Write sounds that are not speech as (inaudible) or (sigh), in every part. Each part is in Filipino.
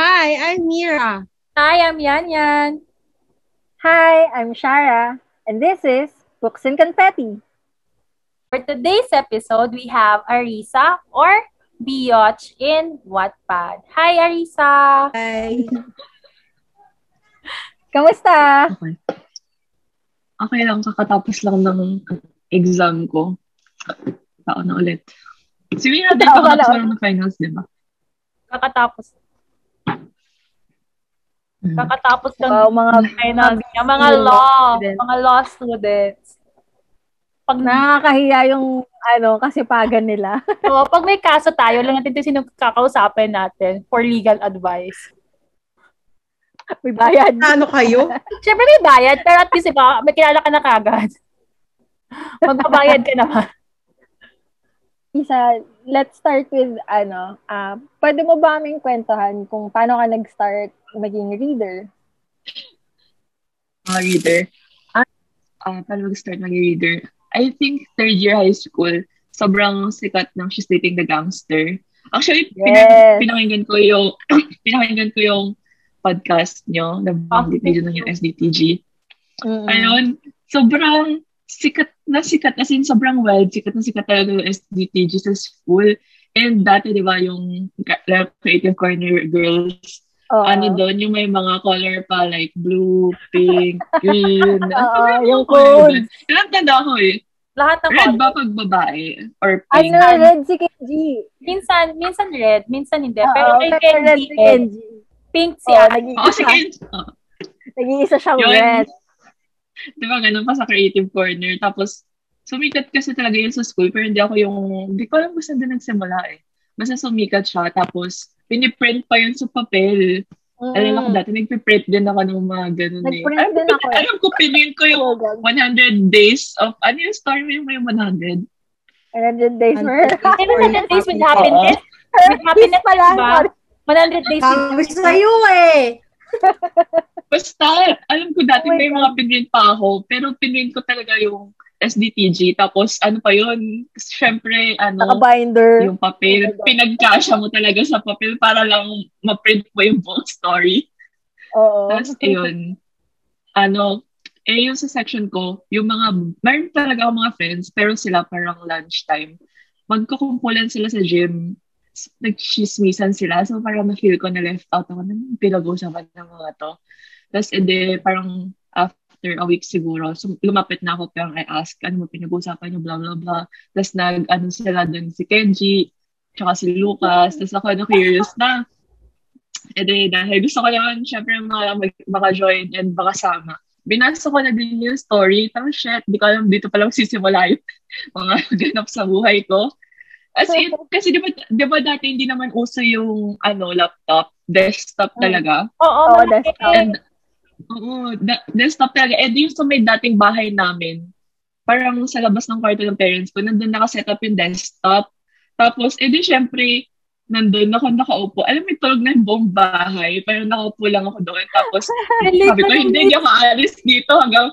I'm Mira. Hi, I'm Yan Yan. Hi, I'm Shara, and this is Books and Confetti. For today's episode, we have Arisa or Biotch in Wattpad. Hi, Arisa! Hi. Kamusta? Okay. Okay lang, kakatapos lang ng exam ko. Taon na ulit. Si Mira, din Taon na kakatapos ulit. lang ng finals, di ba? Kakatapos, Mm. kakatapos lang Wow, mga finals niya. Mga Mga law, students. mga law students. Pag, na, (laughs) nakakahiya yung ano, kasipagan nila. (laughs) so, pag may kaso tayo, lang natin ito sino kakausapin natin for legal advice. May bayad. Ano kayo? Siyempre may bayad, pero at least iba, may kilala ka na kagad. Magbabayad ka naman. Isa, let's start with ano, ah, pwede mo ba aming kwentuhan kung paano ka nag-start maging reader? Mga reader. Ah, ah, paano mag-start maging reader? I think third year high school, sobrang sikat ng She's Dating the Gangster. Actually, Yes. pinag- pinakinggan ko yung (clears throat) pinakinggan ko yung podcast nyo, na Bakit? video ng yung SDTG. Mm-mm. Ayun, sobrang sikat na sikat, as in sobrang wild, sikat na sikat talaga yung SDTG sa school. And dati, di ba, yung ka- like, Creative Corner Girls, Oo. ano doon, yung may mga color pa, like blue, pink, (laughs) green. Ang Oo, sobrang Ah, yung codes. color doon. Kaya ang tanda ko eh, Lahat ng red ba pag babae? Or pink? Ano, Red si Kenji. Minsan, minsan red, minsan hindi. Oo, pero kay pero Red Kenji, si Kenji. pink si Oo, Ate. Oo, Oh. nag-iisa si siya. Kenji. Oo. (laughs) Nag-iisa siyang Yun. red. Di ba, ganun pa sa creative corner. Tapos, sumikat kasi talaga yun sa school, pero hindi ako yung, hindi ko alam kung saan din nagsimula eh. Basta sumikat siya, tapos, piniprint pa yun sa papel. Alam ko Mm-mm. dati, nagpiprint din ako ng mga ganun eh. Hmm. Nagprint Alam ko din ako pin- eh. Alam ko, pinint ko yung Oh, God. 100 days of, ano yung story mo yung may 100? 100 days Ano? were. Pero 100 days with happiness. With Happiness happiness pala. ba? 100 days with Sabi sa'yo eh. Basta, alam ko dati Oh my may mga pinrint pa ako, pero pinrint ko talaga yung SDTG. Tapos, ano pa yun? Siyempre, ano, Naka-binder. yung papel. Oh my God. Pinagkasya mo talaga sa papel para lang ma-print mo yung buong story. Oo. Tapos, yun. Ano, eh, yung sa section ko, yung mga, meron talaga ako mga friends, pero sila parang lunchtime. Magkukumpulan sila sa gym, s- nagchismisan sila, so parang na-feel ko na left out ako, nang pinag-usapan ng mga to. Tapos, edi, parang after a week siguro, so, lumapit na ako, parang I ask, ano mo pinag-usapan niyo, blah, blah, blah. Tapos, nag, ano sila dun, si Kenji, tsaka si Lucas. Tapos, ako na curious na. Edi, dahil gusto ko naman, syempre, mga, mag- baka join and baka sama. Binasa ko na din yung story. Parang, shit, di ko alam, dito pala magsisimula yung (laughs) mga ganap sa buhay ko. As in, kasi di ba, di ba dati hindi naman uso yung ano, laptop, desktop talaga. Oo, Oo, malaki. desktop. And, oo, da- desktop talaga. And yung sa may dating bahay namin, parang sa labas ng kwarto ng parents ko, nandun nakaset up yung desktop. Tapos, edi syempre, nandun ako nakaupo. Alam mo, tulog na yung buong bahay. Parang nakaupo lang ako doon. Tapos, sabi ko, hindi, hindi ako aalis dito hanggang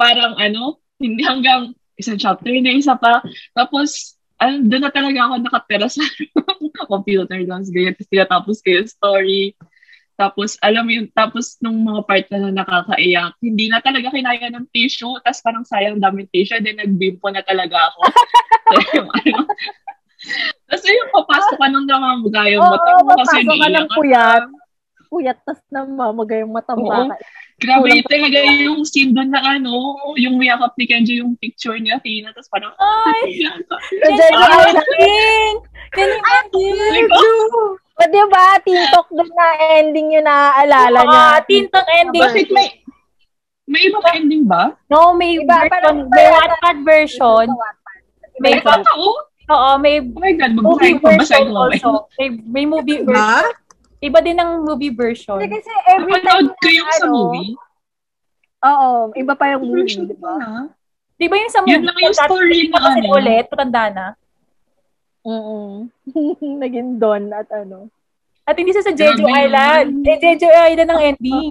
parang ano, hindi hanggang isang chapter na isa pa. Tapos, ano, doon na talaga ako nakatera sa (laughs) computer lang. Ganyan, tapos tinatapos ko yung story. Tapos, alam mo yun, tapos nung mga part na nakakaiyak, hindi na talaga kinaya ng tissue. Tapos parang sayang daming tissue. Then, nagbimpo na talaga ako. Tapos yung ano. Tapos yung papasok ka nung namamagayo mo. Oo, Tapos kasi papasok ka ng naiiyak ka. puyat. Puyat, tas namamaga yung mata mo. Oo. Grabe talaga yung scene doon na ano, yung yakap ni Kenji, yung picture niya, Tina, tapos parang, Ay, ayan ka. Medyo Jenny ay, Manning! Jenny Manning! oh, O diba, TikTok doon na ending yung naaalala niya. Ah, tintang ending. Bakit may, may ibang ending ba? No, may Iba, version. parang- May Wattpad version. May, May totoo? oo, may Oh my God, movie magbasahin ko, version basahin ko mamaya. also. May, may movie version. Diba? Iba din ang movie version. Kasi, kasi every time Panood ko yung sa ano, movie. Oo, iba pa yung movie, Version ko diba? na. Di ba yung sa movie? Yun lang yung story na Kasi ano. ulit, patanda na. Mm (laughs) Naging Don at ano. At hindi siya sa Jeju Grabe yun. Island. Eh, Jeju Island ang ending.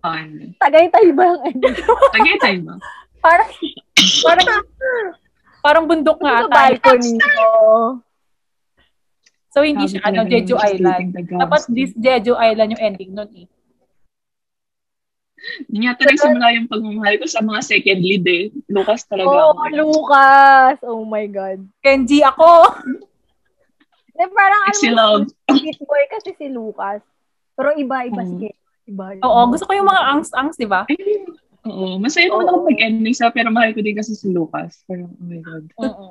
Fun. Tagaytay ba yung ending? Tagay tayo ba? (laughs) Parang, Ano parang, parang bundok nga Sa ata. balcony ko. So, hindi siya, ano, Jeju Island. Dapat Dapat this Jeju Island yung ending nun eh. Yun yata nagsimula yung pagmamahal ko sa mga second lead eh. Lucas talaga Oh, ako. eh. Lucas! Oh my God. Kenji ako! Eh, parang Si alam Love. mo, beat boy kasi si Lucas. Pero iba-iba si Mm. Kenji. Iba, Oo, gusto ko yung mga angs-angs, di ba? Ay, Oo, masaya naman ako mag-ending sa pero mahal ko din kasi si Lucas. Parang, oh my God. Oo.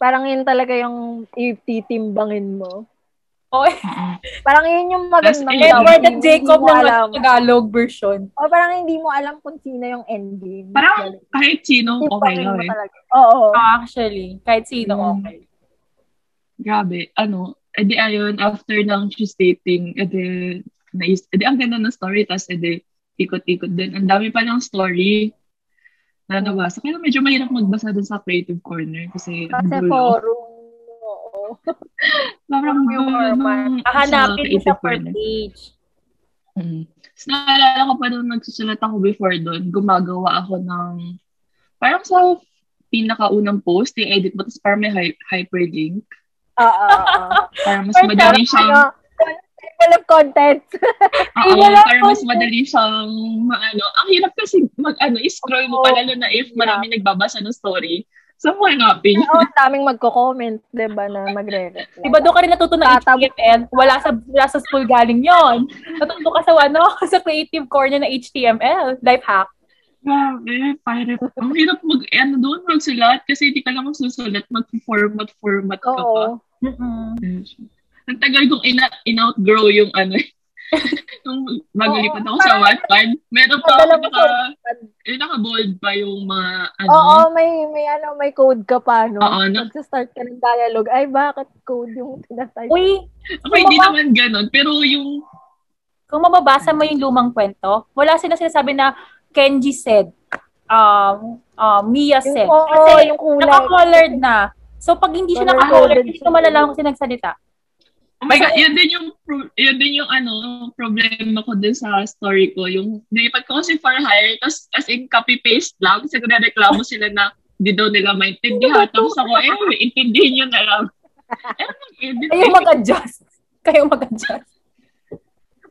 Parang yun talaga yung ititimbangin mo. Oo, Parang yun yung magandang Last love. Edward at Hindi Jacob ng mo alam. Tagalog version. O parang hindi mo alam kung sino yung endgame. Parang kahit sino, okay Timbangin lang mo eh. talaga. Oo. Ah, Actually, kahit sino, Mm. okay. Grabe, ano, edi ayun, after ng she's dating, edi, nais, edi ang ganda ng story, tas edi, ikot-ikot din. Ang dami pa ng story na nabasa. Kaya medyo mahirap magbasa dun sa creative corner kasi ang Kasi gulo. forum. Oo. Parang forum yung gulo format. nung sa Mm. Hahanapin mo sa creative first corner. page. Mm. Tapos naalala ko pa nung nagsusulat ako before doon, gumagawa ako ng, parang sa pinakaunang post, i-edit mo, tapos parang may hy- hyperlink. Oo. oo. Para mas Or (laughs) madali siyang Ano, table of contents. Ah, Oo, Ay, wala para pa mas siya. madali siyang maano. Ang hirap kasi mag ano, i-scroll Oo, mo pa lalo na if marami nagbabasa ng story. So, hanapin. (laughs) Oo, ang daming magko-comment, 'di ba, na magre-reply. Di Diba ba doon ka rin natuto ng Tatab- HTML? Wala sa, wala sa school galing yon. Natuto ka sa, ano, (laughs) sa creative corner ng HTML. Life hack. Grabe, pirate. Ang hirap mag, ano doon, magsulat kasi hindi ka lang magsusulat, mag-format-format ka Oo. pa. Mm-mm. Ang tagal kong ina, in-outgrow yung ano, (laughs) nung maglilipat Oo, ako sa parang- Wattpad, meron pa ako Madala mo naka, eh, naka-bold pa yung mga, ano, Oo, may may ano, may code ka pa no. Oo, ano? Magsa-start ka ng dialogue. Ay, bakit code yung tinatype? Uy, okay, hindi Gumawa- naman ganun, pero yung kung mababasa mo yung lumang kwento, wala sila sinasabi na Kenji said, um, uh, Mia Yung, said. oo, Kasi yung kulay. naka-colored na. So, pag hindi siya Color-coded naka-colored, hindi ko malalaman kung sinagsalita. Oh my God, yun din yung, pro- yun din yung ano, problema ko din sa story ko. Yung nilipat ko kasi for hire, tapos as in copy-paste lang, kasi nagreklamo sila na hindi daw nila maintindihan. Tapos ako, eh, intindihin nyo na lang. Eh, nag-edit. Kayo mag-adjust. (laughs) Kayo mag-adjust.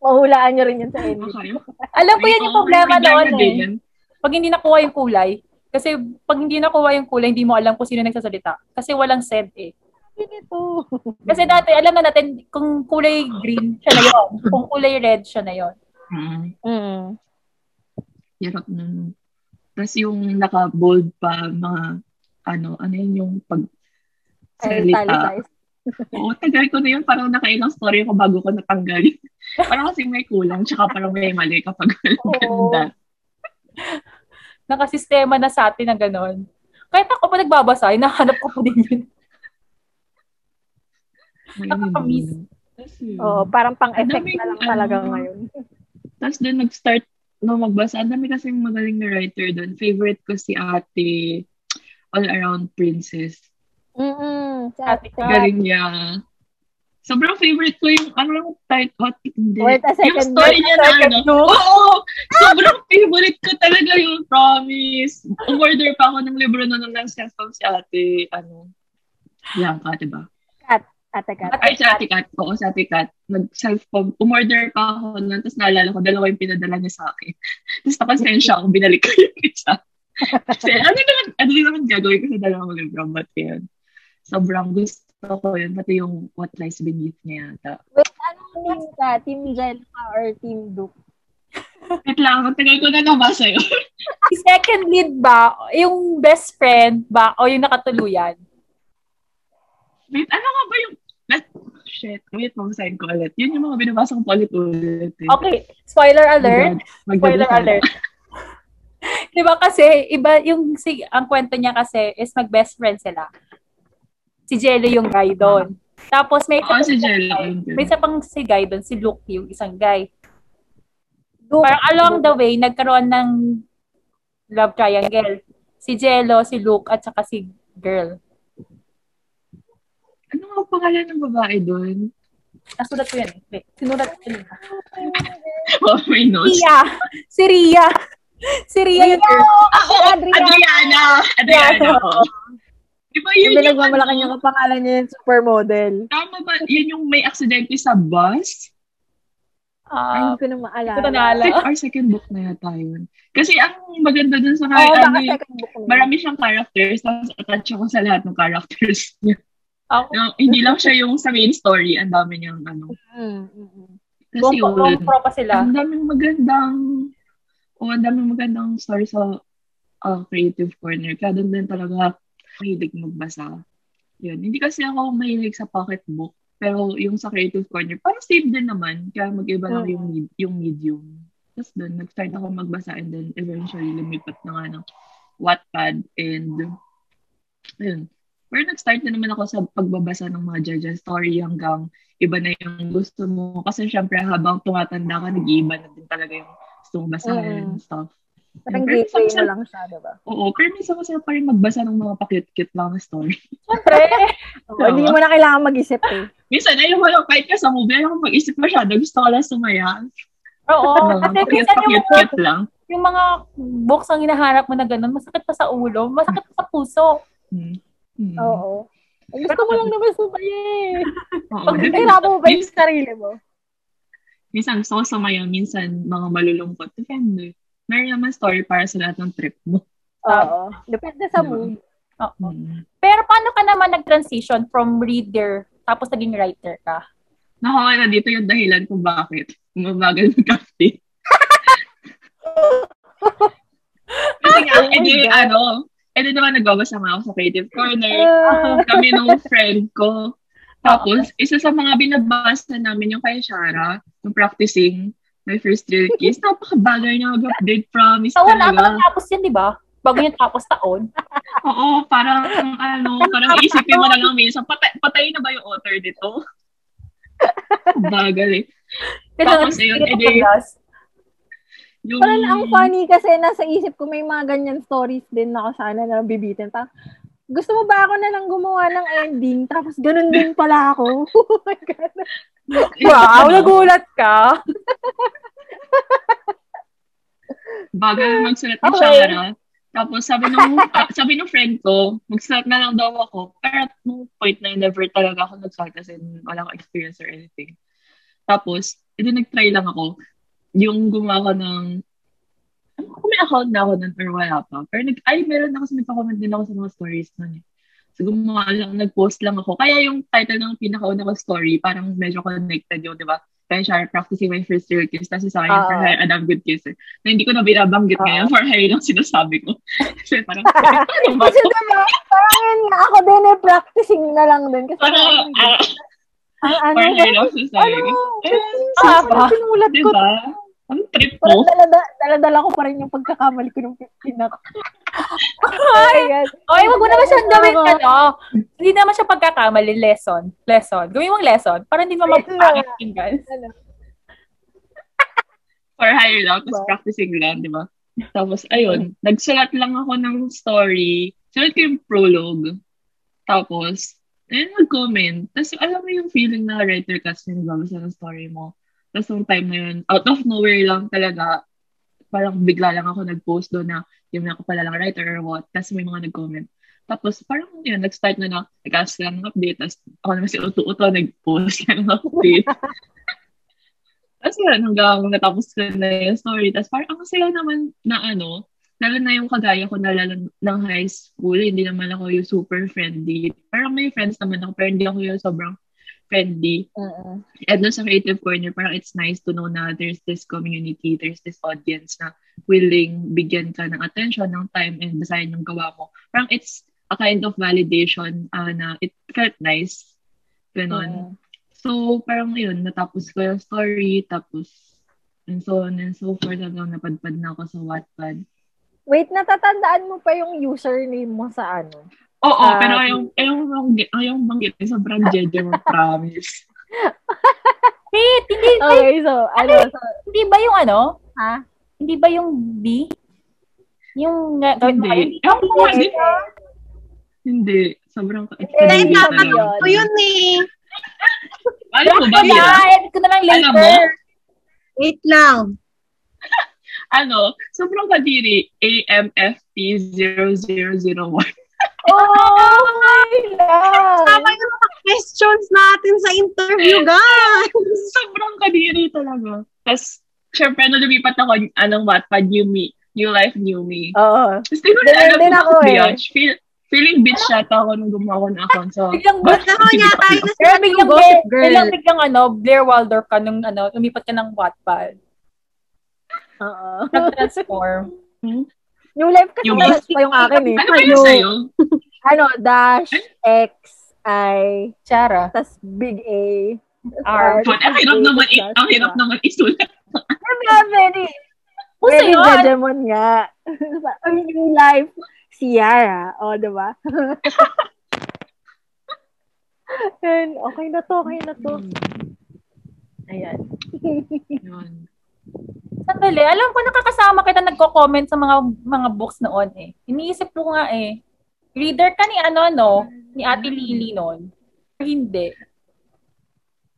Mahulaan niyo rin yun sa Ano ending. kayo? Alam ko yan yung Oo, problema bigla noon na eh. din yan. Pag hindi nakuha yung kulay, kasi pag hindi nakuha yung kulay, hindi mo alam kung sino nagsasalita. Kasi walang said eh. Ito. Kasi dati, alam na natin, kung kulay green, siya na yun. Kung kulay red, siya na yun. Mm, Mm. hirap na. Tapos yung naka-bold pa mga, ano, ano yun yung pag salita. Italicize. Oo, tagal ko na yun. Parang nakailang story ako bago ko (laughs) natanggal. parang kasi may kulang, tsaka parang may mali kapag walang Oo. ganda. Nakasistema na sa atin na gano'n. Kahit ako pa nagbabasa, hinahanap ko pa din (laughs) yun. May Nakakamiss. hindi. Tapos yun. Oo, parang pang-effect Ang daming, na lang talaga ano, ngayon. Tapos doon nag-start no magbasa. Ang dami kasi magaling na writer doon. Favorite ko si ate All Around Princess. Mm-mm. Ate Kat. Kat. Galing niya. Sobrang favorite ko yung ano lang type what hindi. Wait a second. Yung Wait story a niya na second, ano. Oo! Sobrang favorite ko talaga yung promise. Umorder pa ako ng libro na nung last custom si ate. Ano? Bianca, diba? Ate Kat. Ate Ay, sa Kat. Ate Kat. Oo, sa Ate Kat. Nag-self umorder pa ako nun. Tapos naalala ko, dalawa yung pinadala niya sa akin. (laughs) Tapos nakasensya ako, binalik ko yung isa. Kasi ano naman, ano din naman gagawin ko sa dalawang libro. But yun, sobrang gusto ko yun. Pati yung What Lies Beneath niya yata. Wait, anong team ka? Team Gel ka or Team Duke? Wait lang, ang tagal ko na nabasa yun. (laughs) Si second lead ba, yung best friend ba, o yung nakatuluyan? Wait, ano nga ba yung... Let, shit, wait, mamasahin ko ulit. Yun yung mga binabasa ko ulit-ulit. eh. Okay, spoiler Oh my alert. God, magdadasal Spoiler ako. alert. (laughs) Di ba kasi, iba yung, si, ang kwento niya kasi is mag-best friend sila. Si Jello yung guy doon. Tapos may Oo, isa, Ah, si Jello. may isa pang si guy doon, si Luke yung isang guy. Duke. Parang along the way, nagkaroon ng love triangle. Si Jello, si Luke, at saka si girl. Ano nga ang pangalan ng babae doon? Nasulat ko yun eh. Wait, sinulat ko yun. (laughs) Oh, may notes. Ria! Si Ria! Si Ria yung girl. (laughs) Ah, oo, Adriana. Adriana. Adriana. oo. Di ba yun Yung yung, pinagmamalakan ano, yung pangalan niya yung supermodel. tama ba, yun yung may aksidente sa bus? Ay, Ah, hindi ko na maalala. Hindi ko na naalala. Like, our second book na yata yun. Kasi ang maganda dun sa Oo, kaya, baka ano, eh, second book na. marami siyang characters, tapos attach ako sa lahat ng characters niya. (laughs) ako, No, hindi lang siya yung sa main story, ang dami niyang ano. Mm, mm, mm. Kasi buong, buong yun, tropa sila. ang daming magandang, o ang daming magandang story sa ah, creative corner. Kaya doon din talaga mahilig magbasa. Yun. Hindi kasi ako mahilig sa pocketbook. Pero yung sa creative corner, parang same din naman. Kaya mag-iba lang yung, med- yung medium. Tapos doon, nag-start ako magbasa and then eventually lumipat na nga ng Wattpad and ayun. Pero nag-start na naman ako sa pagbabasa ng mga Jaja story hanggang iba na yung gusto mo. Kasi syempre habang tumatanda ka, nag-iiba na din talaga yung gusto mong basahin Mm. stuff. Parang Pero gateway minsan- mo lang siya, diba? Oo, pero minsan masaya pa rin magbasa ng mga pakit-kit lang na story. Siyempre, Oo, (laughs) hindi mo na kailangan mag-isip eh. Minsan, ayaw mo lang, kahit ka sa movie, ayaw ko mag-isip masyado. Gusto ko lang sumaya. oo. (laughs) Mga Kasi minsan yung, pakit-pakit lang. yung mga books ang hinaharap mo na ganun, masakit pa sa ulo, masakit pa sa puso. Hmm. Hmm. Oo. Ay, gusto mo lang naman sumayin. Oo, Pag di ba? hirapan mo ba yung sarili mo? Minsan gusto ko sumaya, minsan mga malulungkot. Depende. Meron naman story para sa lahat ng trip mo. Oo. Ah, Depende sa mood. Oo. Hmm. Pero paano ka naman nag-transition from reader tapos naging writer ka? Nakuha na dito yung dahilan kung bakit. Umabagal ng (laughs) kape. Kasi nga, Oh my edi, God. ano, edi naman nagbabasa nga ako sa creative corner. Ah, kami nung friend ko. Tapos, isa sa mga binabasa namin yung kay Shara, yung practicing my first real kiss. Napakabagay niya mag-update, promise Oh, Sa wala ka talaga. tapos yun, di ba? Bago yung tapos (laughs) taon. Oo, parang ano, parang isipin mo na lang minsan, patay, patay na ba yung author (laughs) nito? Bagal eh. Tapos yun, edi- Yung, parang ang funny kasi nasa isip ko may mga ganyan stories din na ako sana na bibitin. Pa. Gusto mo ba ako na lang gumawa ng ending? Tapos ganun din pala ako. (laughs) oh my God. (laughs) Wow, nagulat ka. bagal magsulat ni Okay. Shara. Tapos sabi nung ah, sabi nung friend ko, magsulat na lang daw ako. Pero at nung point na yun, never talaga ako nagsulat kasi wala akong experience or anything. Tapos, ito nag-try lang ako. Yung gumawa ko ng ano kung may account na ako nun or wala pa. Pero nag, ay, meron na kasi nagpa-comment din ako sa mga stories nun eh. So, gumawa lang, nag-post lang ako. Kaya yung title ng pinakauna ko story, parang medyo connected yung, di ba? Kaya siya, practicing my first real kiss. Tapos sa akin, Oo. for her, Adam Good Kisser. Na hindi ko na binabanggit Oo. ngayon, for her lang sinasabi ko. Kasi parang, ano ba Kasi diba, parang yun nga ako din eh, practicing na lang din. Kasi Parang, parang, ah, ang ano, for her lang ano, sinasabi ko. Ah, ano, ba? sinulat Di ko. ba? Ang trip Parang mo. dalada, daladala ko pa rin yung pagkakamali ko nung 15 ako. Ay, Okay, wag mo naman siyang gawin ano. Hindi naman siya pagkakamali. Lesson. Lesson. Gawin mong lesson. Para hindi mo Lesson. mapakakinggan. for hire lang, tapos Diba? practicing lang, di ba? Tapos, ayun, nagsulat lang ako ng story. Sulat ko yung prologue. Tapos, ayun, nag-comment. Tapos, alam mo yung feeling na writer kasi nagbabasa ng story mo. Tapos, nung time na yun, out of nowhere lang talaga, parang bigla lang ako nag-post doon na yung ako pala lang writer or what. Tapos, may mga nag-comment. Tapos, parang yun, nag-start na na, nag-ask lang ng update. Tapos, ako naman si Uto-Uto, nag-post lang ng update. Tapos yun, hanggang natapos ko na yung story. Tapos parang ang saya naman na ano, lalo na yung kagaya ko na lalo ng high school, hindi naman ako yung super friendly. Parang may friends naman ako, pero hindi ako yung sobrang friendly. And doon sa creative corner, parang it's nice to know na there's this community, there's this audience na willing bigyan ka ng attention, ng time, and basahin yung gawa mo. Parang it's a kind of validation ah, na it felt nice. Ganon. So, parang yun, natapos ko yung story, tapos, and so on and so forth, hanggang napadpad na ako sa Wattpad. Wait, natatandaan mo pa yung username mo sa ano? Oo, Ah, pero ayaw, ayaw, bang, ayaw banggit, sobrang jeje mo, promise. Wait, hindi, Oh, Okay, so, ano, so, hindi ba yung ano? ha? Hindi ba yung B? Yung nga, gawin mo kayo? Hindi. Ewan ko, Hindi. hindi. Hindi. Sobrang ka Hindi, Dahil dapat yun. ko yun eh. Alam mo ba, Ano Mira? ba? Edit ko na lang Alam later. mo? Wait lang. Ano? Sobrang kadiri. AMFP0001. Oh my Tama God! yung mga questions natin sa interview, guys. (laughs) Sobrang kadiri talaga. Tapos, syempre, nung lumipat ako, anong Wattpad, new me, new life, new me. Oo. Tapos, di ko na Ganyan Oh. alam din kung ako eh. biatch. Feel, feeling bitch yata ako nung gumawa ko ng account. So, Biglang What? Nakaw niya tayo na Pero sinabi biglang, yung gossip Blair- girl. biglang, biglang ano, Blair Waldorf ka nung ano, lumipat ka ng Wattpad. Oo. Nag-transform. New life kasi Yung- yung, pa yung akin eh. ano ba yun sa'yo? Ano, dash, X, I, Chara. tas big A. R. But, ang hirap naman, i- ang hirap naman isulat. Diba, very, Kung very sa'yo, ano, hegemon nga. (laughs) Ang new life, si Yara. O, (laughs) diba? Yan, okay na to, okay na to. Ayan. Yun. sandali. Alam ko, nakakasama kita nagko-comment sa mga mga books noon eh. Iniisip ko nga eh. Reader ka ni ano, no? Ni Ate Lily noon. Hindi.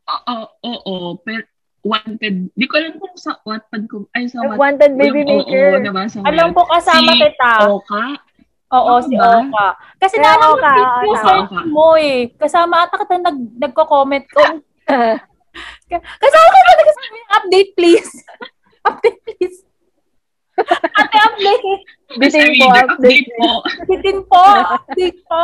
Oo, oo, pero wanted. Di ko alam kung sa Wattpad ko, ay sa Wattpad. Wanted baby Yung Oo, maker. diba? Sa Alam ko kasama Si- kita. Oka. Oo, Tama si ba? Oka. Kasi Eh, naman Oka, oo, yung tama. search mo eh. Kasama ata kita nag, nagko-comment ko. Kasama kita nagsasabi, update please. (laughs) update please. Ate, update. Bitin Bitin po, update po. Bitin po. Update po.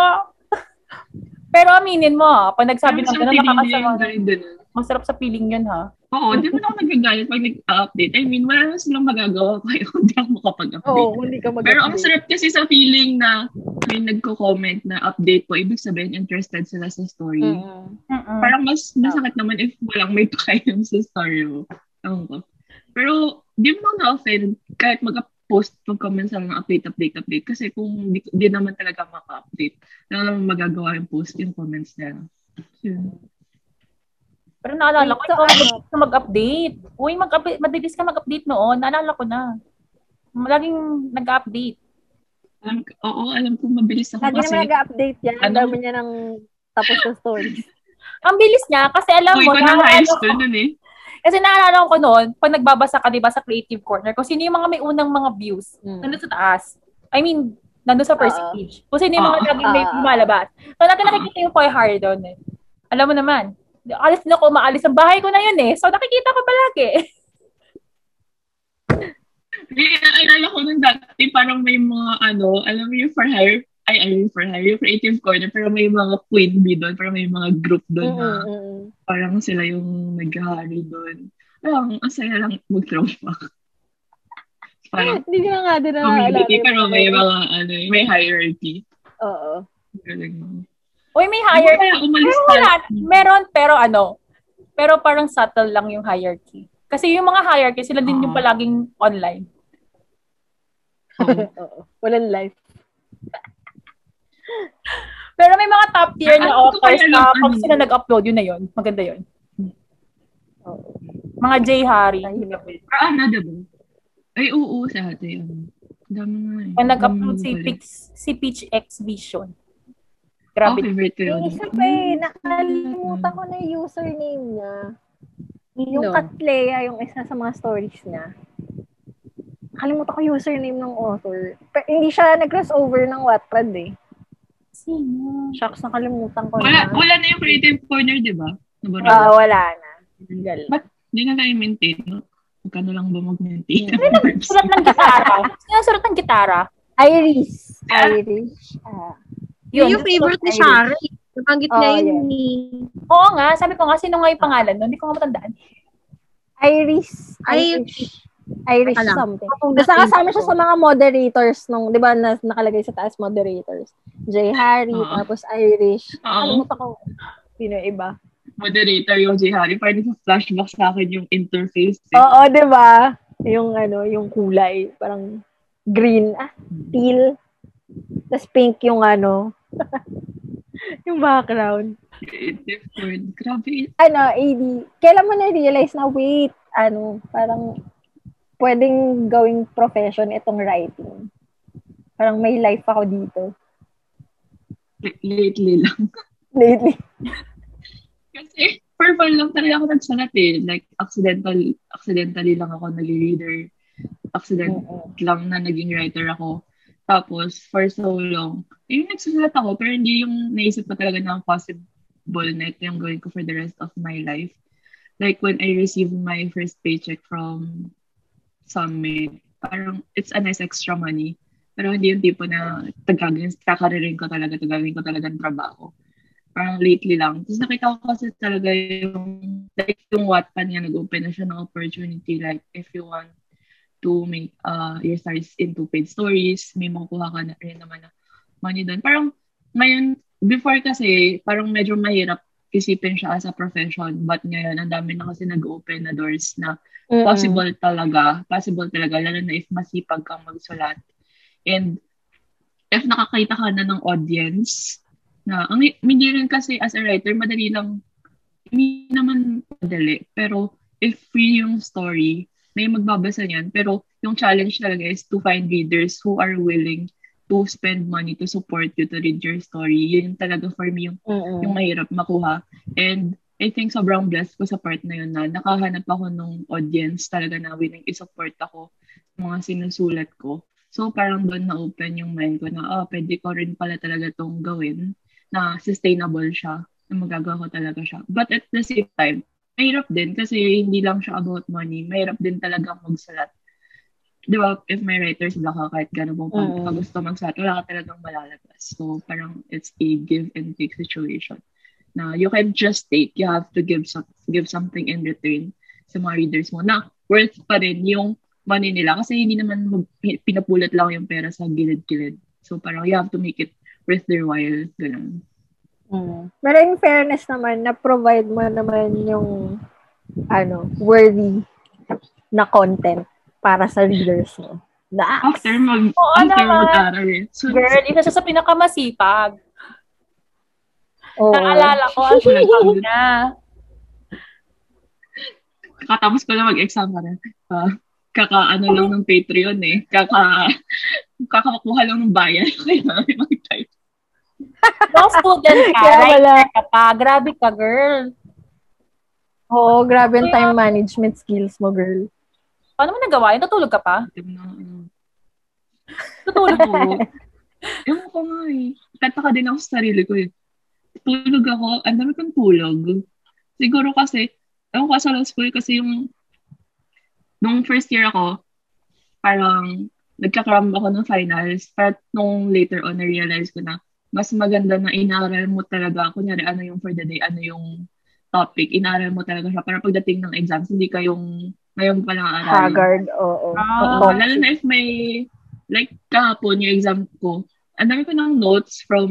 Pero aminin mo, ah, pag nagsabi Sabi ng ng gano'n, nakakasama. ganun. Masarap sa piling yun, ha? Oo, di mo na ako nagagalit pag nag-update. I mean, wala na silang magagawa kaya (laughs) hindi ako makapag-update. Oo, hindi ka mag Pero ang sarap kasi sa feeling na may nagko-comment na update po, ibig sabihin interested sila sa story. Mm. Mm-mm. Parang mas masakit naman if walang may pakialam sa story mo. Ewan ko. Pero di mo na-offend kahit mag-post pag-comment sa mga update, update, update. Kasi kung di, di naman talaga maka-update, na naman magagawa yung post, yung comments nila. Yun. Pero naalala ko, Wait, so ikaw ano? madalis ka mag-update. Uy, mag-update, madalis ka mag-update noon. Naalala ko na. Laging nag-update. Alam, ko- oo, alam ko mabilis ako Lagi kasi. naman nag-update yan. Ang Ano? dami niya ng tapos na stories. Ang bilis niya, kasi alam Uy, mo, ano ko na high naalala ko, school nun eh. kasi naalala ko noon, pag nagbabasa ka, di ba, sa creative corner, kung sino yung mga may unang mga views, Mm. nandun sa taas. I mean, nandun sa first Oo. page. Kung sino yung mga Oo. laging may Oo. lumalabas. So, natin nakikita yung Foy Harry doon eh. Alam mo naman, alis na ko, maalis ang bahay ko na yun eh. So, nakikita ko palagi. (laughs) Hindi, naalala ko nung dati, parang may mga ano, alam mo yung for hire, ay, I mean for hire, yung creative corner, pero may mga queen bee doon, pero may mga group doon na Mm-mm, mm-mm. parang sila yung nag-hurry doon. Parang, ang saya lang mag-throwback. (laughs) (laughs) Parang Hindi ko na nga Ah, din naalala. community, yung pero may mga- mga, ano, eh, may hierarchy. Oo. Galing mo. Uy, may Di higher ba Kaya umalis Pero tayo. wala, meron, pero ano, pero parang subtle lang yung hierarchy. Kasi yung mga hierarchy, sila din Ah. yung Oo. palaging online. Oo. (laughs) Oo. Walang life. Pero may mga top tier na Ah, ano authors ko kaya na lang, pag ano? sila nag-upload, yun na yun. Maganda yun. Oo. Mga J. Harry. Tahimik. Pero ano, diba? Ay, oo, sa atin. ano. Ang Dami nga eh. Pag nag-upload si, Ang dami Pix, si Peach X Vision. pala. Grabe. Oh, favorite ko yun. Yung isa pa eh, nakalimutan ko na yung username niya. Yung No. Katleya, yung isa sa mga stories niya. Nakalimutan ko yung username ng author. Pero hindi siya nag-crossover ng Wattpad eh. Sino? Shucks, nakalimutan ko Wala, na. wala na yung creative corner, di ba? Nabarado. Ah, wala na. Hindi na tayo maintain. No? Magkano lang ba mag-maintain? Sulat ng gitara. Sino ang sulat ng gitara? Iris. Irish. Ah. Yun, Yun. yung favorite ni Shari. Nabanggit niya Oh, yun yeah. ni... Oo nga, sabi ko nga, sino nga yung pangalan nun? Hindi ko nga matandaan. Iris. Ay, Irish Alam. something. Kapag Basta natin kasama ko. siya sa mga moderators nung, di ba, na, nakalagay sa taas moderators. J. Harry, Oo. tapos Irish. Oo. Nakalimutan ko. Sino yung iba? (laughs) Moderator yung si Harry. Parang sa flashback sa akin yung interface. Eh. Oo, di ba? Yung ano, yung kulay. Parang green. Ah, teal. Tapos pink yung ano. (laughs) yung background. Creative corner. Grabe. Ano, AD. Kailan mo na-realize na, wait, ano, parang pwedeng gawing profession itong writing. Parang may life ako dito. (laughs) L- Lately lang. Lately. Kasi for fun lang talaga ako nagsalat eh. Like, accidental, accidentally lang ako nag-reader. Accident Oo. lang na naging writer ako. Tapos, for so long, yung nagsusulat ako, pero hindi yung naisip ko talaga na possible na ito yung gawin ko for the rest of my life. Like, when I received my first paycheck from Summit, parang it's a nice extra money. Pero hindi yung tipo na tagagawin, kakaririn ko talaga, tagagawin ko talaga ng trabaho. Parang lately lang. Tapos nakita ko kasi talaga yung, like yung Wattpad niya, nag-open na siya ng opportunity. Like, if you want to make uh, your stories into paid stories, may makukuha ka na rin naman na money doon. Parang ngayon, before kasi, parang medyo mahirap isipin siya as a profession. But ngayon, ang dami na kasi nag-open na doors na Mm-mm. possible talaga. Possible talaga, lalo na if masipag kang magsulat. And if nakakita ka na ng audience, na, ang, hindi rin kasi as a writer, madali lang, hindi naman madali, pero if free yung story, may magbabasa niyan, pero yung challenge talaga is to find readers who are willing to spend money to support you to read your story. Yun talaga for me yung Mm-mm. yung mahirap makuha. And I think sobrang blessed ko sa part na yun na nakahanap ako ng audience talaga na willing isupport ako sa mga sinusulat ko. So parang doon na-open yung mind ko na ah, pwede ko rin pala talaga tong gawin na sustainable siya, na magagawa ko talaga siya. But at the same time, mahirap din kasi hindi lang siya about money. Mahirap din talaga magsulat. Di ba, if may writer's block ka, kahit gano'n pong pag, Mm. pag gusto magsulat, wala ka talagang malalabas. So parang it's a give and take situation na you can just take, you have to give some, give something in return sa mga readers mo na worth pa rin yung money nila kasi hindi naman mag, pinapulat lang yung pera sa gilid-gilid. So parang you have to make it worth their while. Ganun. Mm. Pero in fairness naman, na-provide mo naman yung ano, worthy na content para sa readers mo. Na, After mag, Oo after naman. mag-aral eh. So, Girl, isa siya sa pinakamasipag. oo. Naalala ko, ang sulat ko na. katapos ko na mag-exam ka rin. Ah, kaka ano lang ng Patreon eh. Kaka kakakuha lang ng bayan. (laughs) Kaya namin mag-type. Law student ka, Kaya right? wala. Ka pa. Grabe ka, girl. Oo, grabe yung time management skills mo, girl. Paano mo nagawa yun? Natulog ka pa? Ito na, ano. Natulog Ako, (laughs) ewan ko nga eh. Tataka din ako sa sarili ko eh. Tulog ako. Ang dami kong tulog. Siguro kasi, ewan ko sa law school kasi yung nung first year ako, parang nagkakram ako ng finals. But nung later on, na-realize ko na mas maganda na inaaral mo talaga. Kunyari, ano yung for the day, ano yung topic. Inaaral mo talaga siya para pagdating ng exams, hindi ka yung ngayon pa lang aaralin. Haggard, oo. Ah, Oo, lalo na if may, like kahapon yung exam ko, ang dami ko ng notes from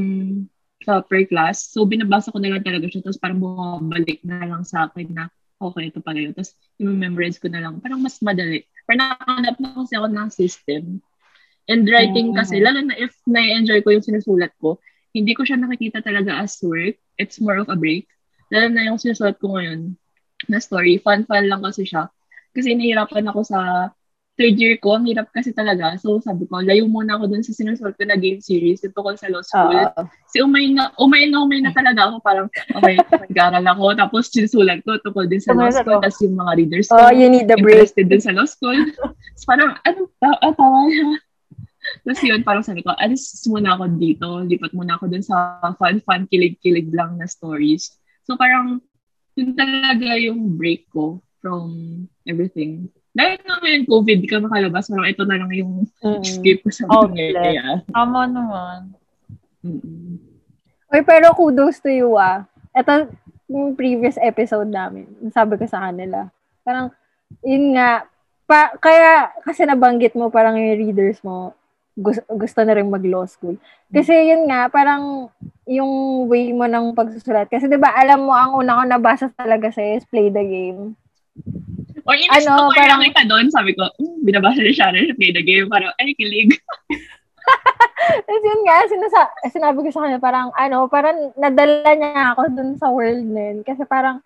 sa per class. So, binabasa ko na lang talaga siya. Tapos parang bumabalik na lang sa akin na, okay, ito pala yun. Tapos, i-memorize ko na lang. Parang mas madali. Pero nakakanap na kasi ako ng system. And writing kasi, lalo na if na-enjoy ko yung sinusulat ko, hindi ko siya nakikita talaga as work. It's more of a break. Lalo na yung sinusulat ko ngayon na story. Fun fun lang kasi siya. Kasi nahirapan ako sa third year ko. Ang hirap kasi talaga. So sabi ko, layo muna ako dun sa sinusulat ko na game series. Ito ko sa law school. Oo. Kasi umain na, umain na, umain na talaga ako. Parang, okay, mag-aaral ako. Tapos, sinusulat ko tungkol din sa law Sumalat school. ako. Tapos, yung mga readers ko, Oh, you need a break. interested din sa law school. Tapos, parang, ano, ta- ah, tawa na. Tapos yun, parang sabi ko, alis muna ako dito. Lipat muna ako dun sa fun-fun, kilig-kilig lang na stories. So, parang, yun talaga yung break ko from everything. Dahil na ngayon, COVID, di ka makalabas. Parang ito na lang yung Mm. escape ko sa Oh, mga bless. yeah. Tama naman. Mm-mm. Uy, pero kudos to you, ah. Ito, yung previous episode namin, sabi ko sa kanila, parang, yun nga, pa, kaya, kasi nabanggit mo, parang yung readers mo, gusto, gusto na rin mag-law school. Kasi yun nga, parang, yung way mo ng pagsusulat. Kasi 'di ba alam mo, ang una ko nabasa talaga sa'yo is play the game. Or inis Ano, ano, ko parang parang- nakita doon, sabi ko, mm, binabasa ni Sharon sa (laughs) play the game. Parang, ay, kilig. Tapos yun nga, sinasa- sinabi ko sa kanya, parang ano, parang nadala niya ako dun sa world na yun. Kasi parang,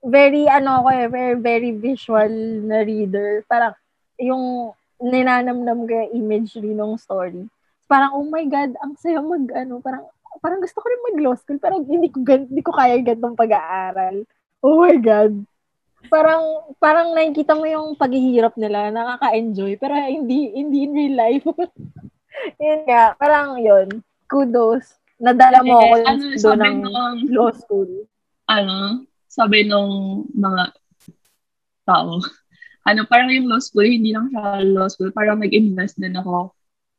very ano ko eh, very, very visual na reader. Parang, yung ninanamnam ko yung imagery nung story. Parang, oh my God, ang saya mag, ano, parang, parang gusto ko rin mag-law school. Parang, hindi ko, gan- hindi ko kaya yung ganitong pag-aaral. Oh my God. Parang, parang nakikita mo yung paghihirap nila, nakaka-enjoy, pero hindi, hindi in real life. (laughs) Yun nga, parang yun. Kudos. Nadala mo ako ano, doon sabi ng nung, law school. ano, sabi nung mga tao, (laughs) ano, parang yung law school, hindi lang siya law school, parang nag-invest din ako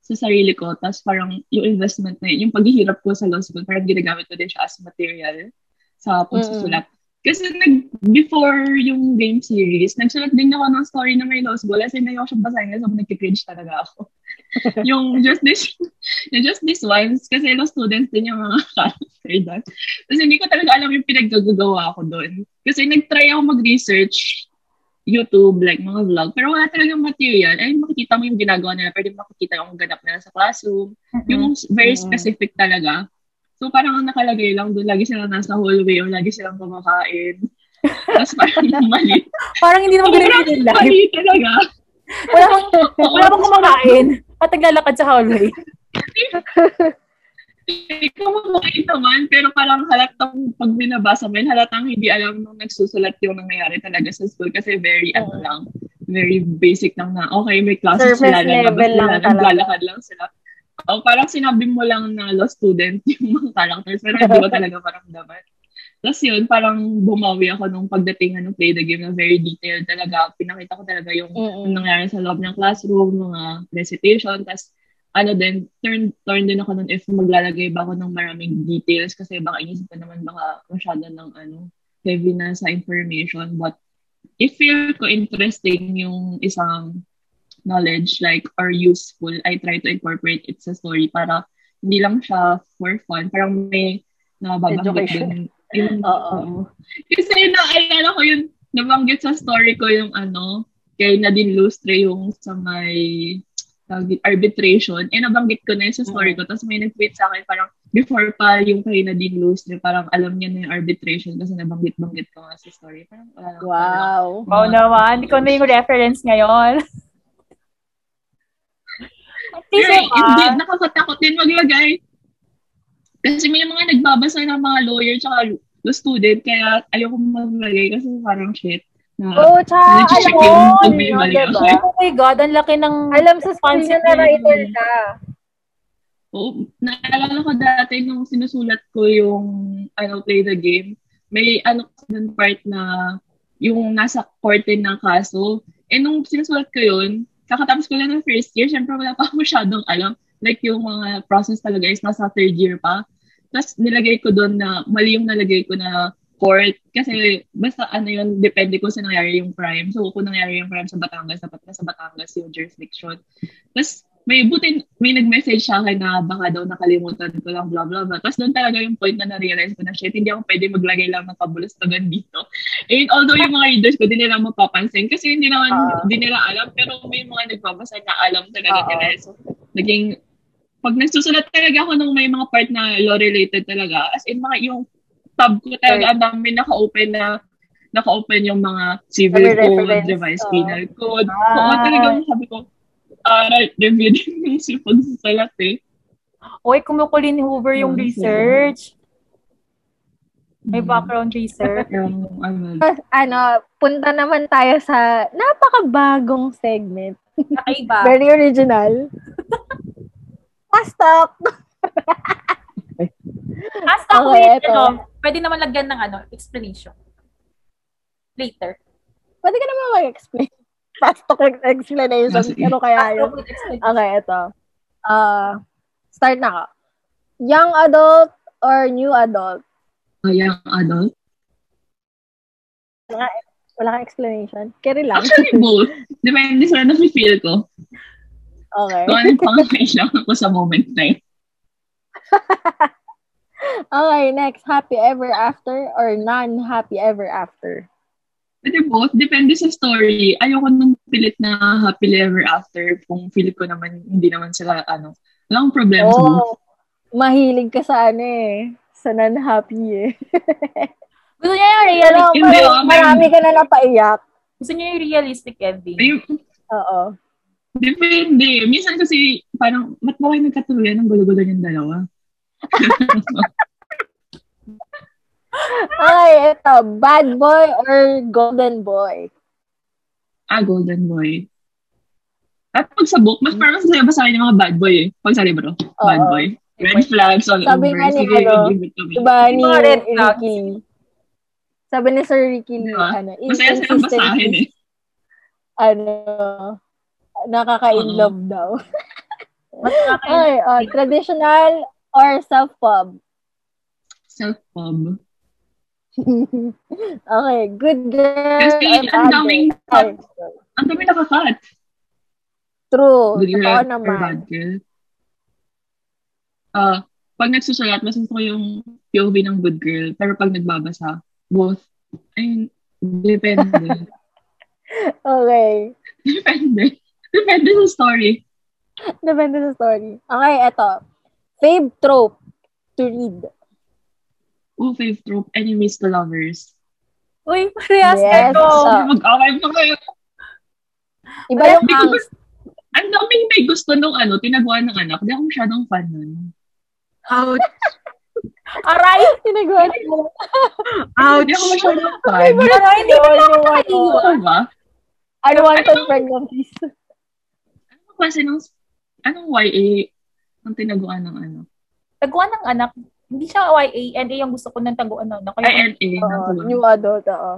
sa sarili ko. Tapos parang yung investment na yun, yung paghihirap ko sa law school, parang ginagamit ko din siya as material sa pagsusulat. Kasi nag, before yung game series, nagsulat din ako ng story na may law school. As in, ayoko siya basahin kasi nagkikringe talaga ako. yung just this, (laughs) yung just this once, kasi law students din yung mga (laughs) character doon. Tapos hindi ko talaga alam yung pinaggagawa ko doon. Kasi nag-try ako mag-research YouTube, like mga vlog. Pero wala talagang material. Ay, makikita mo yung ginagawa nila. Pwede makikita yung ganap nila sa classroom. Yung very Mm. specific talaga. So, parang ang nakalagay lang doon. Lagi silang nasa hallway o lagi silang kumakain. Tapos parang mali. Parang hindi naman ganun yung life. Mali talaga. Wala bang, Oo, wala bang kumakain at naglalakad sa hallway. Ikaw mabait naman, pero parang halatang pag binabasa mo yun, halatang hindi alam nung nagsusulat yung nangyayari talaga sa school kasi very, ano lang, very basic lang na, okay, may classes Surface sila, lalabas level sila, lang talaga. naglalakad lang sila. O parang sinabi mo lang na law student (laughs) yung mga characters, pero (laughs) hindi ko talaga parang dapat. Tapos yun, parang bumawi ako nung pagdating ng play the game na very detailed talaga. Pinakita ko talaga yung yung Mm-mm. nangyari sa loob ng classroom, mga recitation, tas ano din, turn, turn din ako nun if maglalagay ba ako ng maraming details kasi baka inisip ko naman baka masyado ng ano, heavy na sa information. But if feel ko interesting yung isang knowledge like or useful, I try to incorporate it sa story para hindi lang siya for fun. Parang may nababanggit din. Yung, Oo. Kasi naalala ko yun, nabanggit sa story ko yung ano, kay Nadine Lustre yung sa may tawag dito, arbitration. Eh, nabanggit ko na yun sa story Mm-hmm. ko. Tapos may nag-tweet sa akin, parang before pa yung kay Nadine Lustre, parang alam niya na yung arbitration kasi nabanggit-banggit ko nga sa story. Parang wala lang. Wow. Oo naman, ikaw na yung reference (laughs) ngayon. At least, Pero hindi, diba? nakakatakot din maglagay. Kasi may mga nagbabasa ng mga lawyer tsaka law student, kaya ayoko maglagay kasi parang shit. Na, Oo, Oh, tsaka alam Nag-check mo, yung yun, email yun, niya. diba? Oh my God, ang laki ng... Alam sa school yun na writer ka. (laughs) Oo, Oh, naalala ko dati nung sinusulat ko yung ano, play the game, may ano dun part na yung nasa korte ng kaso. Eh, nung sinusulat ko yun, kakatapos ko lang ng first year, syempre wala pa ako masyadong alam. Like, yung mga process talaga is nasa third year pa. Tapos, nilagay ko doon na, mali yung nalagay ko na court. Kasi, basta ano yun, depende ko sa nangyari yung crime. So, kung nangyari yung crime sa Batangas, dapat na sa Batangas yung jurisdiction. Tapos, may butin, may nag-message sa akin na baka daw nakalimutan ko lang, blah, blah, blah. Tapos doon talaga yung point na na-realize ko na, shit, hindi ako pwede maglagay lang ng kabulastagan dito. (laughs) And although yung mga readers ko, din nila mapapansin kasi hindi naman, Ah. hindi nila alam. Pero may mga nagbabasa na alam talaga Oo. nila. So, naging, pag nagsusulat talaga ako ng may mga part na law-related talaga, as in, mga, yung tab ko talaga, ang dami naka-open na naka-open yung mga civil May code, reference, device oo. penal code. Ah. Oo, talagang sabi ko, aral, review din (laughs) yung sipag sa salat eh. Uy, kumukulin ni Hoover yung Oo, research. May background (laughs) research. Yung ano, Tapos, ano, punta naman tayo sa napakabagong segment. Kakaiba. Very (laughs) original. Fast talk. As ako Okay, okay, eto. Ah, ano, pwede naman lagyan ng ano, explanation. Later. Pwede ka naman (laughs) mag-explain. Fast talk with explanation. Sige. Ano kaya yun? After with explanation. Okay, ito. Uh, start na ka. Young adult or new adult? uh, young adult. Wala kang explanation. Carry lang. Actually, both. Depende sa na feel ko. Okay. Kung ano yung pangangailangan ko sa moment na yun. Okay, next. Happy ever after or non-happy ever after? Pwede both. Depende sa story. Ayoko nung pilit na happily ever after kung feel ko naman, hindi naman sila, ano, walang problema sa both. Oh, mahilig ka sa ano eh. Sa non-happy eh. oh, Gusto niya yung realistic. Pero (laughs) Hindi, parang ah, marami ka na napaiyak. Gusto niya yung realistic ending. Ayun, Oo. Depende. Minsan kasi, parang, ba't ba kayo nagkatuluyan ng gulo-gulo yung dalawa? Okay, ito. Bad boy or golden boy? Ah, golden boy. At pag sa book, mas parang masaya ba sa akin yung mga bad boy eh. Pag sa libro, bad Oo. boy. Red flags all Sabi over. nga ni Sige, ano, give it to me. Diba ni Mga red Ricky flags. Lee? Sabi ni Sir Ricky Lee, Diba? ano, Masaya silang basahin eh. (laughs) Ano, nakaka-in-love daw. Mas nakaka- Ay, oh, traditional or self-pub? (laughs) Self-pub. okay, good girl. Kasi and ang bad daming- girl. Ay, Ang dami nakakat. True. Good girl Oh, Totoo or naman. bad girl. Ah, pag nagsusulat, mas gusto ko yung POV ng good girl. Pero pag nagbabasa, both. Ayun, (laughs) depende. Okay. depende. Depende sa story. Depende sa story. Okay, eto. Fave trope to read. Ooh, fave trope, enemies to lovers. oh, Uy, parehas Yes. yes. Ah. Mag-away pa kayo. Iba yung Hindi ko ang... gusto- Ang daming may gusto nung ano, tinaguan ng anak. Hindi ako masyadong fan nun. Ouch. Aray! Tinagawa nila. Ouch. Hindi ako (laughs) masyadong fan. Aray, hindi mo lang Yung ano, Ano ba? Unwanted Ano? pregnancies. Ano klase ng, anong YA ang tinaguan ng ano? Taguan ng anak. Hindi siya YA. NA yung gusto ko ng taguan ng anak. Kaya Ay, LA. Oo, natuwa. ah, new adult, oo.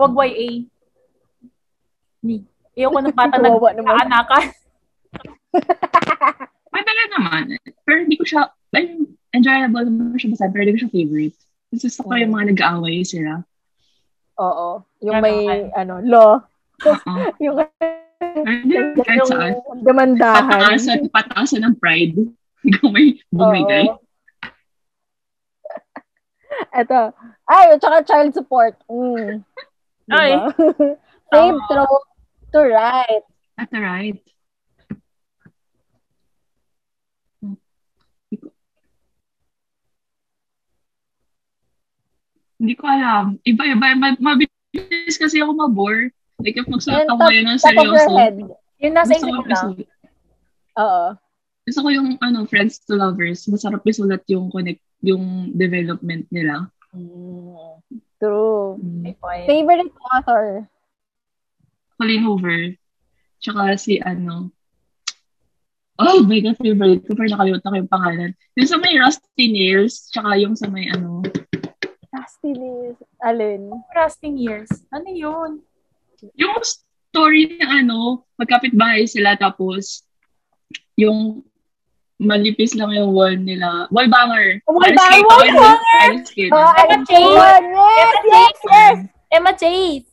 huwag YA. Ni. Ayoko ng bata (laughs) na Kawawa naman. anakan. Madala naman. Pero hindi ko siya, ay, enjoyable naman siya basahin, pero hindi ko siya favorite. Kasi gusto ko yung mga nag-aaway sila. Oo. Yung Ano, may, ano? ano, law. (laughs) Oo. Yung, (laughs) Pero hindi naman kahit saan. yung demandahan. Pataasan, pataasan ng pride. (laughs) Kung may Oh bumigay. Oo. (laughs) Eto. Ay, at saka child support. Mm. Ay. Diba? (laughs) Save trope to right. At the right. Hindi ko alam. Iba-iba. Ma- Mabilis kasi ako mabore. Like, if magsulat And ako top, ngayon ng top of your seryoso, head. Yung nasa gusto isip ko, ko lang. isulat- Oo. gusto ko yung ano, friends to lovers. Masarap isulat yung connect, yung development nila. Mm. True. Mm. May point. Favorite author? Colleen Hoover. Tsaka si ano. Oh my God, favorite ko. Pero nakalimutan ko yung pangalan. Yung sa may Rusty Nails. Tsaka yung sa may ano. Castilis. Alin? Lasting years. Ano yun? Yung story na ano, magkapit bahay sila tapos yung malipis lang yung wall nila. Wallbanger! Oh my Ice God, skater, wallbanger! ice skater. Oh, Alin Jane. Juan. Yes, yes, yes! Emma Chase.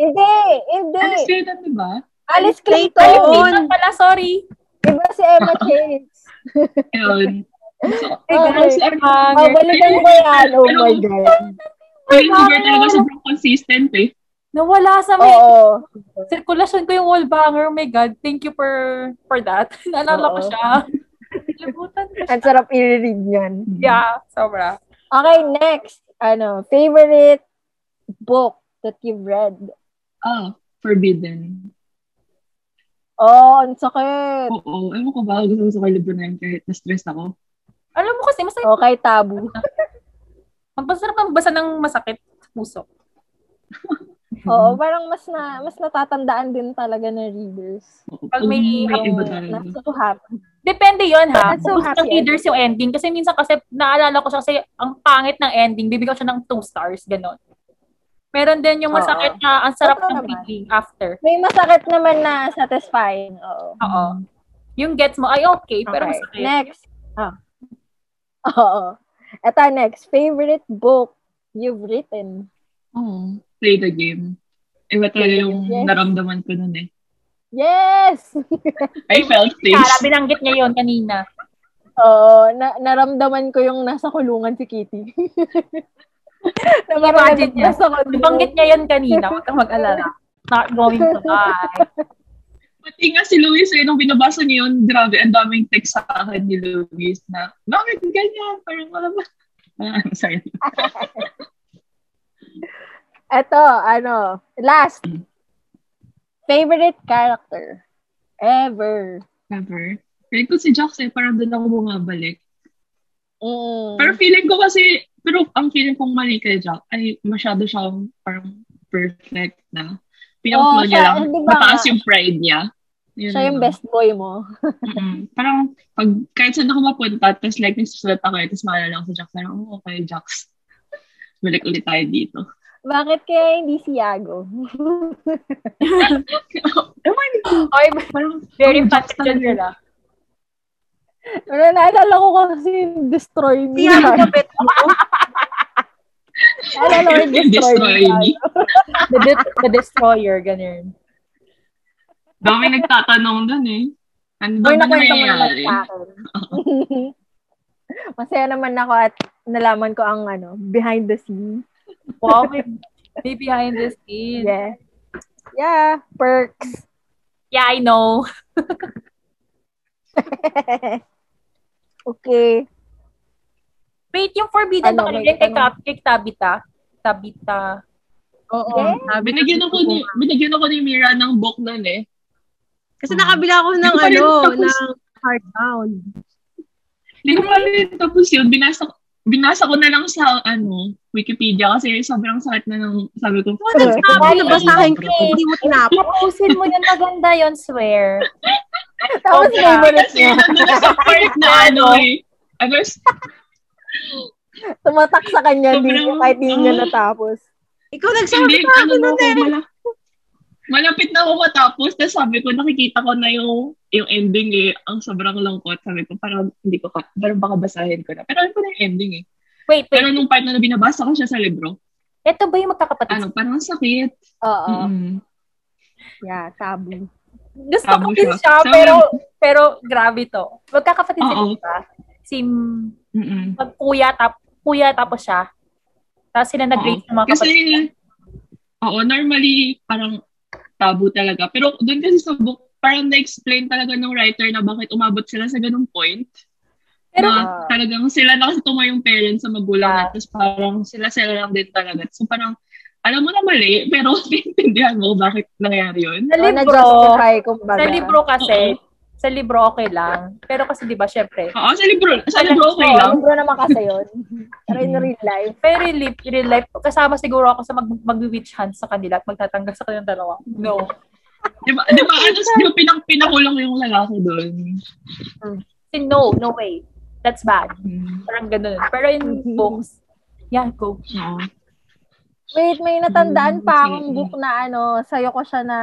Hindi, hindi. Ice skater, di ba? Alice Ay, Clayton. Clayton. Clayton pala, sorry. Iba si Emma (laughs) Chase. Yun. So, ano, Ay, Okay. guys, Emma. Oh, balikan ko yan. Oh my God. Colleen Hoover talaga sobrang consistent eh. Nawala sa may Oo. sirkulasyon ko yung wallbanger. Oh my God, thank you for for that. (laughs) Naalala ko Oo. siya. Libutan ko siya. Ang sarap i-read yan. Yeah, sobra. Okay, next. Ano, favorite book that you've read? Ah, forbidden. Oh, ang sakit. Oo, ewan ko ba, gusto gusto ko yung libro na yun kahit na-stress ako. Alam mo kasi, masakit. Okay, tabu. Magpasarap ang basa ng masakit sa puso. Oo, parang mas na mas natatandaan din talaga ng readers. Oo, Pag may- pag iba Oo, talaga. not so happy. Depende yon ha. I'm so Kung gusto ng happy readers yung ending. Kasi minsan kasi naalala ko siya kasi ang pangit ng ending. Bibigyan ko siya ng two stars. Ganon. Meron din yung Oo. masakit na ang sarap Totoo ng naman. feeling after. May masakit naman na satisfying. Oo. Oo. Yung gets mo, ay okay, pero Okay. masakit. Next. Ah. Oo. Ito, next. Favorite book you've written? Oo, play the game. Iba talaga yung Yes. naramdaman ko nun eh. Yes! (laughs) I felt things. Kaya binanggit niya yon kanina. Oo, na- naramdaman ko yung nasa kulungan si Kitty. (laughs) na parang Imagine niya. nasa kulungan. Nabanggit niya yon kanina. Huwag kang mag-alala. Not going to die. Pati nga si Luis eh, nung binabasa niya yun, grabe, ang daming text sa akin ni Luis na, bakit ganyan? Parang wala ba? (laughs) Ah, sorry. Eto, ano, last. Favorite character ever. Never. Feeling ko si Jax eh, parang doon ako bumabalik. Mm. Pero feeling ko kasi, pero ang feeling kong mali kay Jack, ay masyado siyang parang perfect na. Pinang Oo, niya siya, lang, hindi ba mataas nga? yung pride niya. Yun Siya yung lang. best boy mo. Mm-mm. Parang, pag, kahit saan ako mapunta, tapos like, nagsusulat ako, eh, tapos maalala ko sa Jax, parang, oh, okay, Jax. Balik ulit tayo dito. Bakit kaya hindi si (laughs) Yago? Oy, parang, very oh, fat Jax dyan talaga. sila. Pero Ano, naalala ko kasi yung destroy me. Siya ang kapit mo. (laughs) Naalala (laughs) ko yung destroy, Destroy me. me. The, de- the destroyer, ganyan. Dami nagtatanong dun eh. Ano Uy, ba na nakwento mo naman nangyayari? sa akin. (laughs) Masaya naman ako at nalaman ko ang ano, behind the scene. Wow, may, may behind the scenes. Yeah. Yeah, perks. (laughs) Yeah, I know. okay. Wait, yung forbidden Ano, ano, ba kanina may kay, ano? Kap- kay Tabita? Tabita. Oo. Yeah. Binigyan ako ni, binigyan ako ni Mira ng book nun eh. Kasi nakabila ako ng Hindi ko rin ano, tapos. ng hardbound. Hindi ko pala rin tapos yun. Binasa, binasa ko na lang sa ano, Wikipedia kasi sobrang sakit na ng sabi ko. What ang sabi na basahin ko, hindi mo tinapos. Tapusin mo yun, maganda yun, swear. Tapos Okay. favorite Kasi niya. nandun na sa part na ano eh. Ano, Tumatak sa kanya Sobrang- din kahit hindi niya Ah. natapos. Ikaw nagsabi hindi, sa ano akin na nun ako, eh. mala- malapit na ako matapos. Tapos sabi ko, nakikita ko na yung, yung ending eh. Ang sobrang lungkot. Sabi ko, parang hindi ko, ka- parang baka basahin ko na. Pero alam ko na yung ending eh. Wait, wait. Pero nung part na binabasa ko siya sa libro, Ito ba yung magkakapatid? ano, parang sakit. Oo. Ah, Mm-mm. Yeah, tabu. Gusto ko Tama din siya. siya, So, pero, pero grabe to. Magkakapatid sila, Oo. diba? Si m- Mm-mm. magkuya, tap, kuya tapos siya. Tapos sila nag-rate ng mga Kasi, kapatid. oo, normally, parang tabu talaga. Pero doon kasi sa book, parang na-explain talaga ng writer na bakit umabot sila sa ganung point. Pero, na talagang sila na kasi tumayo yung parents sa magulang Yeah. at tapos parang sila-sila lang din talaga. So parang, alam mo na mali, (laughs) pero naiintindihan mo bakit nangyari yun. sa Sa libro. libro, Na-justify, kumbaga. sa libro kasi, sa libro okay lang. Pero kasi di ba syempre, Oo, sa libro, sa libro okay Oo, lang. libro naman kasi (laughs) yun. Pero in real life. pero real life, real life, kasama siguro ako sa mag, mag-witch hunt sa kanila at magtatanggal sa kanilang dalawa. No. Di ba, di (laughs) ba, ano, di ba pinang, pinakulong yung lalaki doon? Kasi no, no way. That's bad. Mm. Parang ganun. Pero in books, yeah, go. Oo. Wait, may natandaan Hmm, pa sige. akong book na ano, sa'yo ko siya na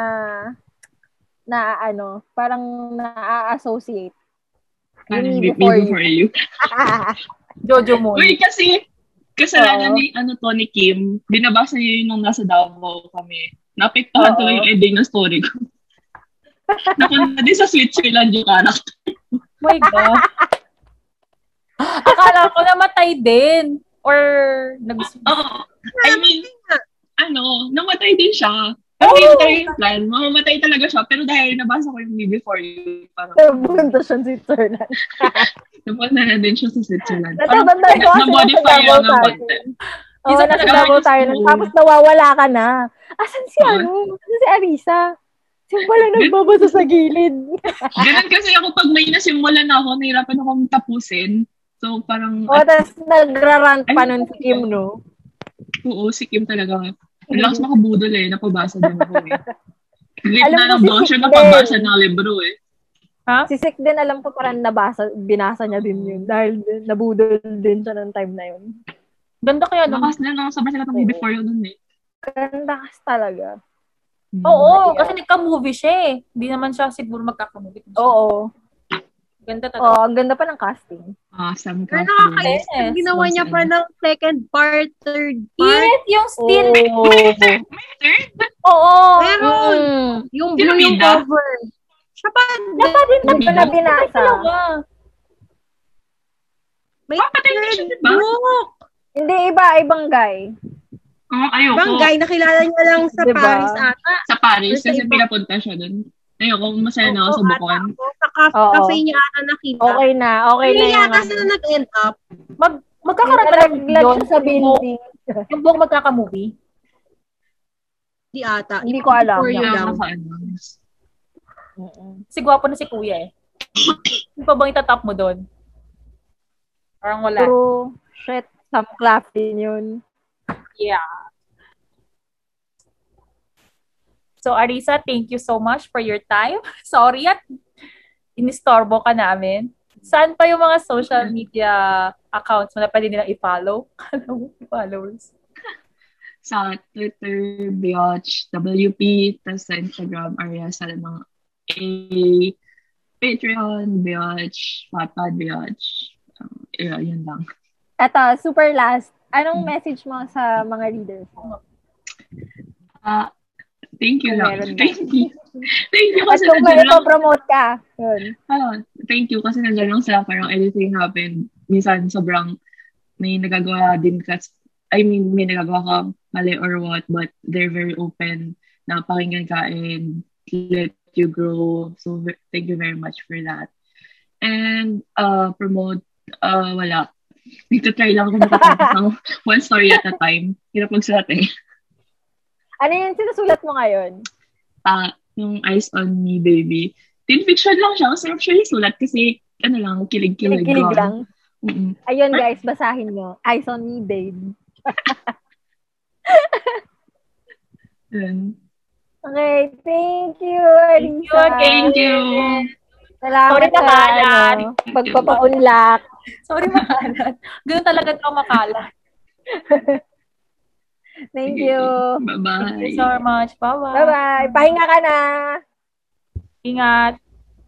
na ano, parang (laughs) na-associate. Ano, Me me Before before, You. you. Jojo Moon. Uy, kasi, Oo. kasalanan ni, ano, to, ni Kim, binabasa niya yun nung nasa Davao kami. Napektuhan Oo. tuloy yung ending ng (laughs) story ko. Napunta din sa Switzerland yung character. my God. Akala ko namatay din. Or, nagusto. Oo. I mean, ano, namatay din siya. Pero yun talaga yung plan. Mamamatay talaga siya. Pero dahil nabasa ko yung Me Before You, parang Nabunta siya si Ternan. napunta na din siya sa Switzerland. Parang Natatandaan ko kasi nasa na-modify Davao lang ng tayo. konti. Oo, Isa nasa talaga Davao ako tayo. yung nun. school. Tapos nawawala ka na. Asan si Oo. ano? Asan si Arisa? Siya pala (laughs) nagbabasa sa gilid. Ganun kasi ako, pag may nasimulan na ako, nahirapan akong tapusin. So, parang, O, tapos nagrarant pa Ay, nun si Kim, no? oo, si Kim talaga. Ang lakas makabudol eh, napabasa din ako eh. Late Alam na mo lang si daw siya Kim napabasa din. ng libro eh. Si Sik din, alam ko parang nabasa, binasa niya din Mm. yun. Dahil nabudol din siya ng time na yun. Ganda kaya nung... Nakas na lang, sobrang sila ng Me Before You nun eh. Ganda kasi talaga. Oo, kasi nagka-movie siya eh. Hindi naman siya siguro magkaka-movie. Oo. Ganda talaga. Oo, ang ganda pa ng casting. Mm. Awesome. Pero Catherine. nakakainis. Yes. Ginawa niya pa ng second part, third part. Yes, yung Oo. still. May third? Oo. Meron. Mm. Yung Sino blue yung bida? cover. Siya pa din. Dapat din Hindi ko na binasa. talaga. May Ah, patay na siya, third di ba? book. Hindi, iba, ibang guy. Oo, Oh, ayoko. Barangay, nakilala niya lang sa Diba? Paris ata. Sa Paris, Or sa kasi iba. pinapunta siya doon. Ayoko, masaya na ako Oo, sa Bukon. ata. Oo, Sa ca- Oo. cafe niya ata nakita. Okay na, okay na Hindi yung yata ano. sila nag-end up. Mag, magkakaroon ba ng Nalaglag yun? siya sa building. Yung buong magkaka-movie? Di ata. Hindi ko alam. Before you Ayoko lang. sa ano. Si Gwapo na si Kuya eh. Yung pa bang itatap mo doon? Parang wala. True. Shit, Sam Claflin yun. Yeah. So, Arisa, thank you so much for your time. (laughs) Sorry at inistorbo ka namin. Saan pa yung mga social media accounts mo na pwede nilang i-follow? (laughs) Alam mo, followers. Sa Twitter, Biatch, WP, tapos sa Instagram, Arya Salma, A, Patreon, Biatch, Wattpad, Biatch. Um, yeah, yun lang. Eto, super last. Anong message mo sa mga readers? Ano Ah, thank you Kung lang. meron ka. Thank you. Thank you At kasi kung nandiyan may lang. promote ka. Yun. Ah, thank you kasi nandiyan lang sila parang anything happen. Minsan sobrang may nagagawa din kasi I mean, may nagagawa ka mali or what, but they're very open na pakinggan ka and let you grow. So, ve- thank you very much for that. And uh, promote, uh, wala. (laughs) Nagtatry lang ako makatapos ng (laughs) one story at a time. Hirap magsulat eh. Ano yung sinusulat mo ngayon? pa Ah, yung Eyes on Me, baby. Teen fiction lang siya. Masarap siya yung sulat kasi ano lang, kilig-kilig Kilig-kilig lang. Mm-mm. Ayun guys, basahin nyo. Eyes on me, babe. Yun. Okay, thank you, Arisa. Thank you again. Thank you. Salamat Sorry sa nakalat. ano, pagpapaunlak. Sorry, makalat. Ganun talaga ito makalat. Thank you. Bye-bye. Thank you so much. Bye-bye. Bye-bye. Pahinga ka na. Ingat.